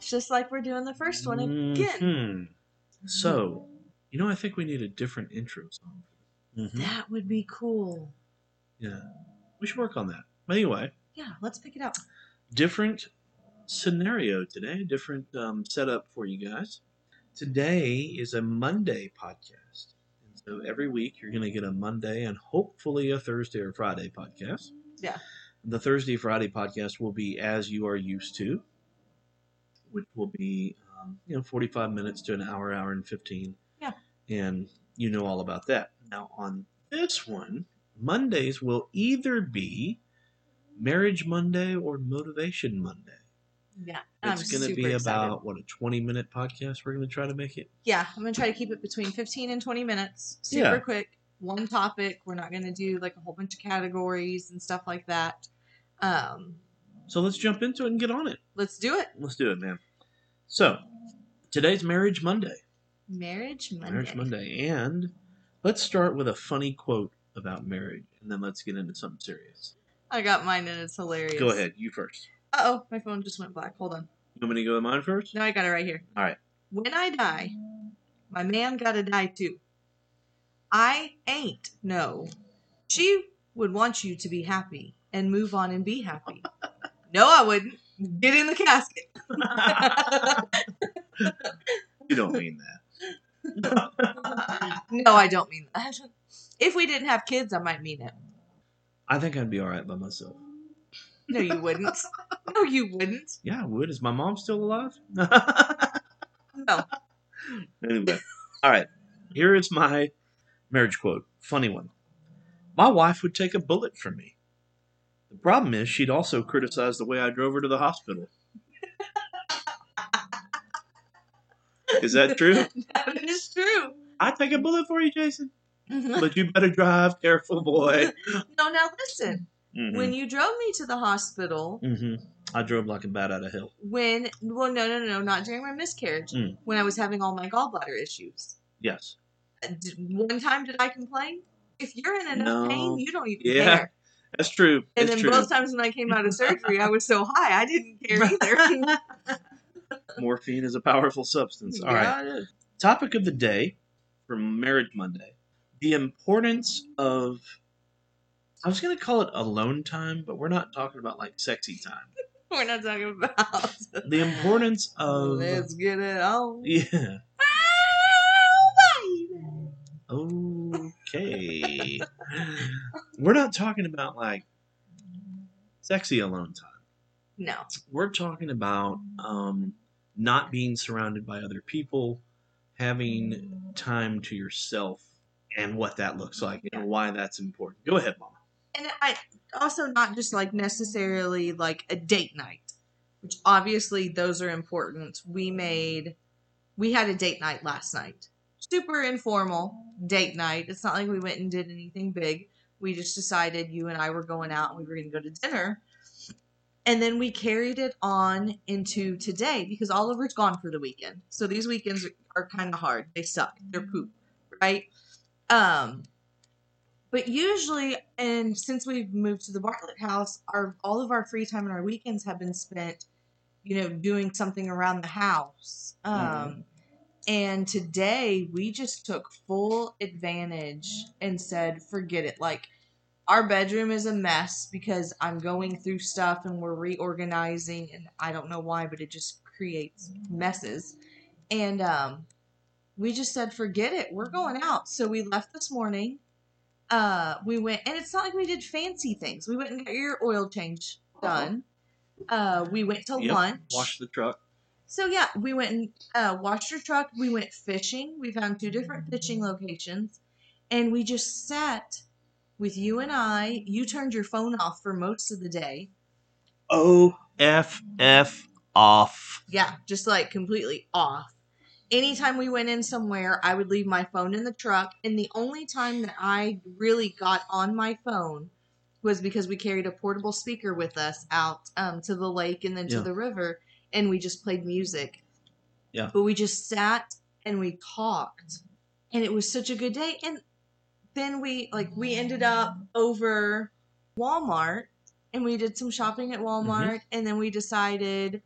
just like we're doing the first one again. Mhm. So, you know, I think we need a different intro song. Mm-hmm. Mhm. That would be cool. Yeah. We should work on that. But anyway, Yeah, let's pick it up. different scenario today, different um, setup for you guys. Today is a Monday podcast. And so every week you're going to get a Monday and hopefully a Thursday or Friday podcast. Yeah. The Thursday Friday podcast will be as you are used to, which will be, um, you know, 45 minutes to an hour, hour and 15. Yeah. And you know all about that. Now, on this one, Mondays will either be Marriage Monday or Motivation Monday. Yeah, It's I'm going to be super excited. about what a twenty-minute podcast. We're going to try to make it. Yeah, I'm gonna try to keep it between 15 and 20 minutes. Super Yeah. quick, one topic. We're not gonna do like a whole bunch of categories and stuff like that. Um, So let's jump into it and get on it. let's do it. Let's do it, man. So today's Marriage Monday. Marriage Monday. Marriage Monday, and let's start with a funny quote about marriage, and then let's get into something serious. I got mine and it's hilarious. Go ahead, you first. Uh oh, my phone just went black. Hold on. You want me to go with mine first? No, I got it right here. All right. When I die, my man gotta die too. I ain't no. She would want you to be happy and move on and be happy. no, I wouldn't. Get in the casket. you don't mean that. no, I don't mean that. If we didn't have kids, I might mean it. I think I'd be all right by myself. No, you wouldn't. No, you wouldn't. Yeah, I would. Is my mom still alive? No. Anyway, all right. Here is my marriage quote. Funny one. My wife would take a bullet for me. The problem is, she'd also criticize the way I drove her to the hospital. is that true? That is true. I take a bullet for you, Jason. Mhm. But you better drive careful, boy. No, now listen. Mhm. When you drove me to the hospital, Mhm. I drove like a bat out of hell. when, well, no, no, no, no, not during my miscarriage, Mm. when I was having all my gallbladder issues. Yes. Uh, d- One time did I complain? If you're in enough No. pain, you don't even Yeah, care. That's true. And it's then true. both times when I came out of surgery, I was so high, I didn't care either. Morphine is a powerful substance. All right. Yeah, it is. Topic of the day from Marriage Monday the importance of. I was going to call it alone time, but we're not talking about like sexy time. We're not talking about. The importance of. Let's get it on. Um, Yeah. Oh, baby. Okay. we're not talking about like sexy alone time. No. we're talking about um, not being surrounded by other people, having time to yourself, and what that looks like and why that's important. Go ahead, Mama. And I also not just like necessarily like a date night, which obviously those are important. We made, we had a date night last night. Super informal date night. It's not like we went and did anything big. We just decided you and I were going out and we were going to go to dinner. And then we carried it on into today because Oliver's gone for the weekend. So these weekends are kind of hard. They suck. They're poop, right? Um, but usually, and since we've moved to the Bartlett house, our all of our free time and our weekends have been spent, you know, doing something around the house. Um, And today we just took full advantage and said, forget it. Like, our bedroom is a mess because I'm going through stuff and we're reorganizing, and I don't know why, but it just creates messes. And um, we just said, forget it. Mm-hmm. We're going out. So we left this morning. Uh, we went, and it's not like we did fancy things. We went and got your oil change done. Uh, we went to Uh-huh. Yep. lunch. Wash the truck. So yeah, we went and uh, washed your truck. We went fishing. We found two Mm-hmm. different fishing locations, and we just sat with you and I. You turned your phone off for most of the day. O F F off. Yeah, just like completely off. Anytime we went in somewhere, I would leave my phone in the truck, and the only time that I really got on my phone was because we carried a portable speaker with us out um, to the lake and then to Yeah. the river, and we just played music. Yeah. But we just sat and we talked, and it was such a good day. And then we like we ended up over Mm-hmm. Walmart, and we did some shopping at Walmart, and then we decided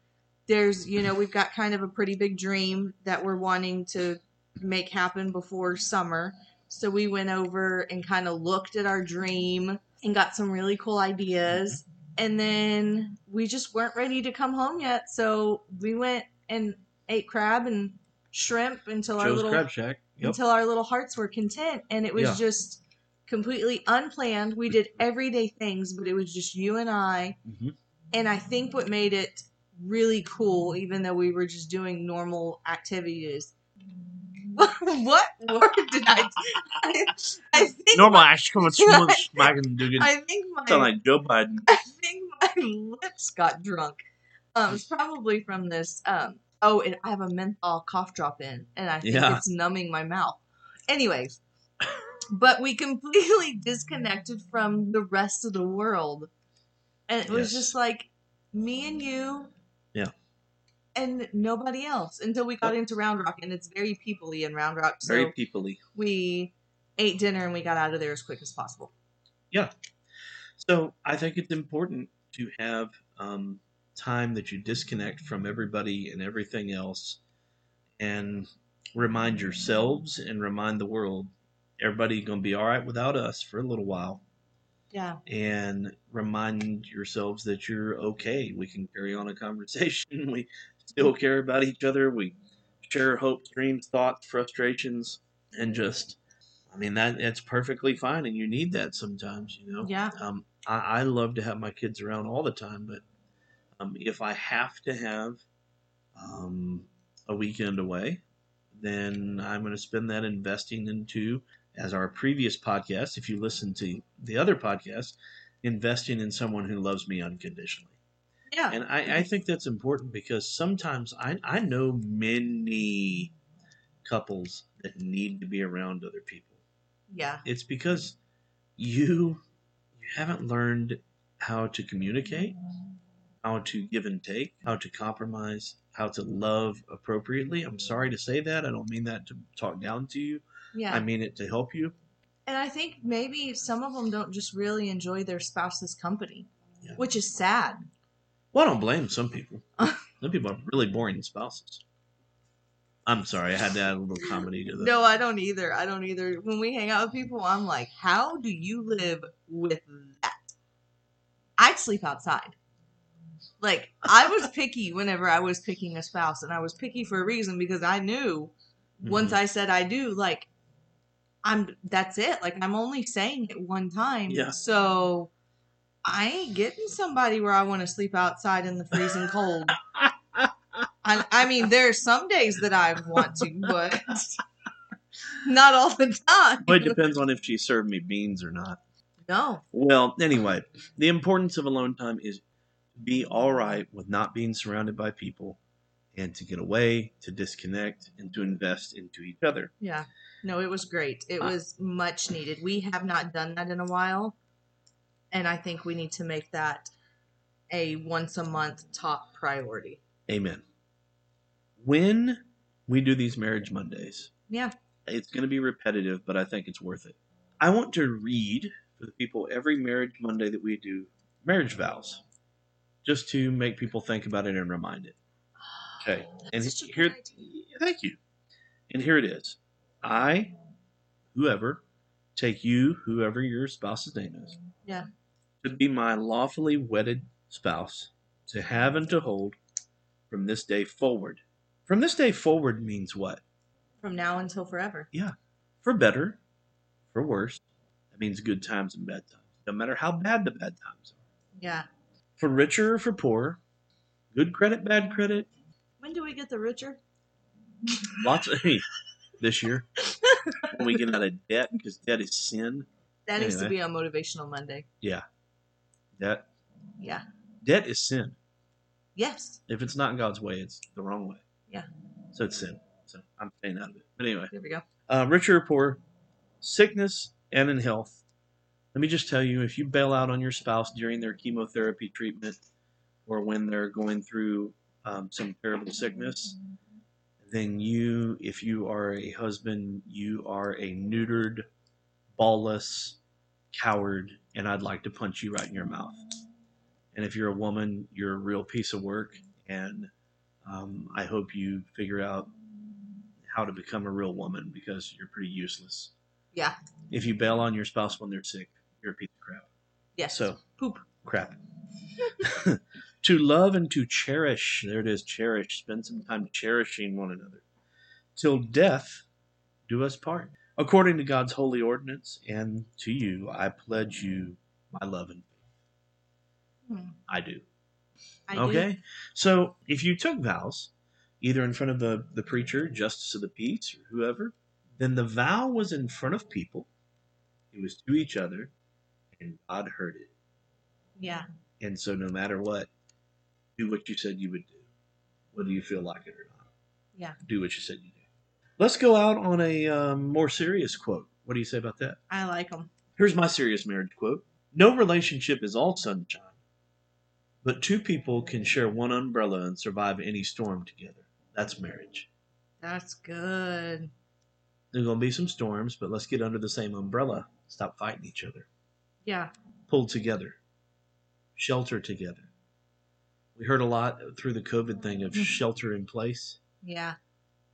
there's you know we've got kind of a pretty big dream that we're wanting to make happen before summer so we went over and kind of looked at our dream and got some really cool ideas and then we just weren't ready to come home yet so we went and ate crab and shrimp until our Joe's little Crab Shack. Yep. until our little hearts were content and it was Yeah. just completely unplanned we did everyday things but it was just you and i hmm and I think what made it really cool, even though we were just doing normal activities. What word did I? I, I think Normal action. Come on, smoosh, back and do good. I think my Sound like Joe Biden. I think my lips got drunk. Um, it's probably from this. Um, oh, and I have a menthol cough drop in, and I think Yeah. it's numbing my mouth. Anyways, but we completely disconnected from the rest of the world, and it was Yes. just like me and you. Yeah. And nobody else until we got into Round Rock, and it's very peoply in Round Rock. So Very peoply. we ate dinner and we got out of there as quick as possible. So I think it's important to have um, time that you disconnect from everybody and everything else, and remind yourselves and remind the world everybody going to be all right without us for a little while, Yeah, and remind yourselves that you're okay. We can carry on a conversation. We still care about each other. We share hopes, dreams, thoughts, frustrations, and just. I mean that that's perfectly fine, and you need that sometimes, you know. yeah, Um, I, I love to have my kids around all the time, but um, if I have to have um, a weekend away, then I'm going to spend that investing into, as our previous podcast, if you listen to the other podcast, investing in someone who loves me unconditionally. yeah. And I, I think that's important because sometimes I, I know many couples that need to be around other people Yeah. it's because you you haven't learned how to communicate how to give and take how to compromise how to love appropriately i'm sorry to say that i don't mean that to talk down to you Yeah. i mean it to help you and I think maybe some of them don't just really enjoy their spouse's company, Yeah. which is sad. well i don't blame some people some people are really boring spouses i'm sorry i had to add a little comedy to that No, I don't either. I don't either. When we hang out with people, I'm like, how do you live with that? I'd sleep outside. Like, I was picky whenever I was picking a spouse, and I was picky for a reason because I knew once Mm-hmm. I said I do, like, I'm that's it. Like, I'm only saying it one time. Yeah. So I ain't getting somebody where I want to sleep outside in the freezing cold. I, I mean, there are some days that I want to, but not all the time. well, it depends on if she served me beans or not no. Well, anyway, the importance of alone time is to be all right with not being surrounded by people and to get away, to disconnect, and to invest into each other. Yeah. No, it was great. Uh. It was much needed. We have not done that in a while. And I think we need to make that a once a month top priority. Amen. When we do these marriage Mondays, Yeah. it's going to be repetitive, but I think it's worth it. I want to read for the people every marriage Monday that we do marriage vows just to make people think about it and remind it. Okay. And Oh, That's such a here, good thank you. And here it is. I, whoever, take you, whoever your spouse's name is. Yeah. To be my lawfully wedded spouse, to have and to hold from this day forward. From this day forward means what? From now until forever. For better, for worse. That means good times and bad times, no matter how bad the bad times are. Yeah. For richer or for poorer, good credit, bad credit, When do we get the Richard? lots of hey, this year. when we get out of debt, because debt is sin. That needs to Anyway. be on Motivational Monday. Debt Yeah. debt is sin. Yes. If it's not God's way, it's the wrong way. Yeah. So it's sin. So I'm staying out of it. But anyway, There we go. uh, richer or poor, sickness and in health. Let me just tell you, if you bail out on your spouse during their chemotherapy treatment or when they're going through um, some terrible sickness, then you, if you are a husband, you are a neutered, ballless coward, and I'd like to punch you right in your mouth. And if you're a woman, you're a real piece of work, and Um, I hope you figure out how to become a real woman because you're pretty useless. Yeah. If you bail on your spouse when they're sick, you're a piece of crap. Yes. So poop. crap. to love and to cherish. There it is, cherish. Spend some time cherishing one another. Till death do us part. According to God's holy ordinance, and to you, I pledge you my love and Hmm. I do. I do. okay? So if you took vows, either in front of the, the preacher, justice of the peace, or whoever, then the vow was in front of people, it was to each other, and God heard it. Yeah. And so, no matter what, do what you said you would do, whether you feel like it or not. Yeah. Do what you said you do. Let's go out on a um, more serious quote. What do you say about that? I like them. Here's my serious marriage quote No relationship is all sunshine, but two people can share one umbrella and survive any storm together. That's marriage. That's good. There's going to be some storms, but let's get under the same umbrella. Stop fighting each other. Yeah. pull together, shelter together. We heard a lot through the COVID thing of Mhm. shelter in place. Yeah.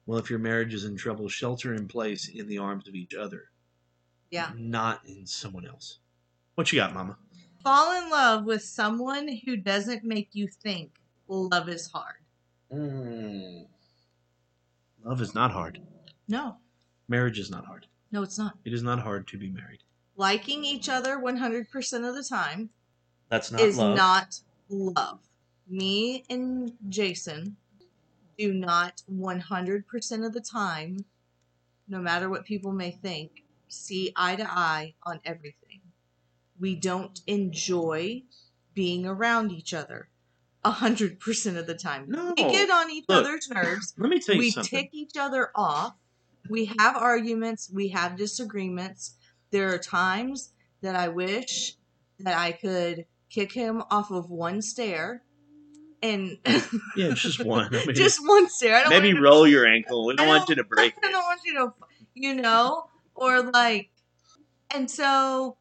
Well, if your marriage is in trouble, shelter in place in the arms of each other, Yeah. not in someone else. What you got, Mama? Fall in love with someone who doesn't make you think love is hard. Mm. Love is not hard. No. Marriage is not hard. No, it's not. It is not hard to be married. Liking each other 100% of the time That's not is love. not love. Me and Jason do not 100% of the time, no matter what people may think, see eye to eye on everything. We don't enjoy being around each other 100% of the time. No. We get on each Look. other's nerves. Let me tell you We something. tick each other off. We have arguments. We have disagreements. There are times that I wish that I could kick him off of one stair and yeah, it's just one. I mean, just one stair. I don't maybe want you roll your ankle. We I don't want you to break to, I it. don't want you to, you know, or like, and so,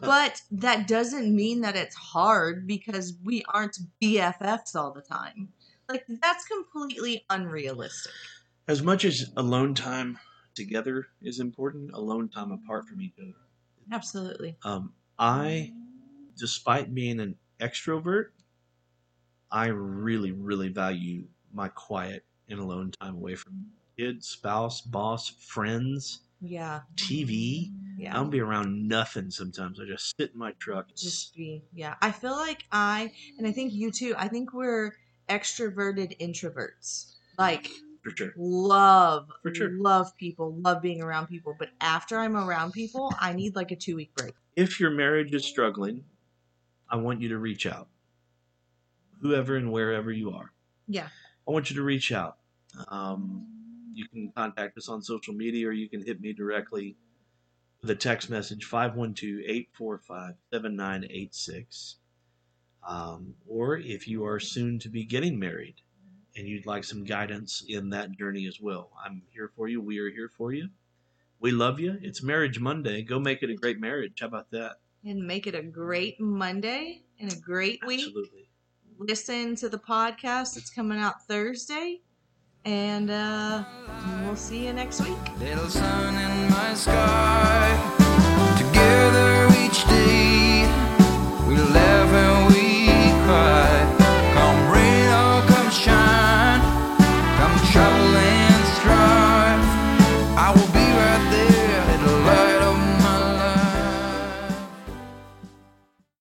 but that doesn't mean that it's hard because we aren't BFFs all the time. Like, that's completely unrealistic. As much as alone time together is important, alone time apart from each other. Absolutely. Um, I, despite being an extrovert, I really, really value my quiet and alone time away from kids, spouse, boss, friends, Yeah. TV. Yeah. I don't be around nothing sometimes. I just sit in my truck. just be yeah i feel like i and i think you too i think we're extroverted introverts like for sure. love For sure. love people love being around people but after i'm around people i need like a two week break If your marriage is struggling, I want you to reach out. Whoever and wherever you are. yeah I want you to reach out. Um, you can contact us on social media or you can hit me directly with a text message 512 845 7986. Um, Or if you are soon to be getting married and you'd like some guidance in that journey as well, I'm here for you. We are here for you. We love you. It's Marriage Monday. Go make it a great marriage. How about that? and make it a great monday and a great week Absolutely. listen to the podcast it's coming out thursday and uh we'll see you next week Little sun in my sky to give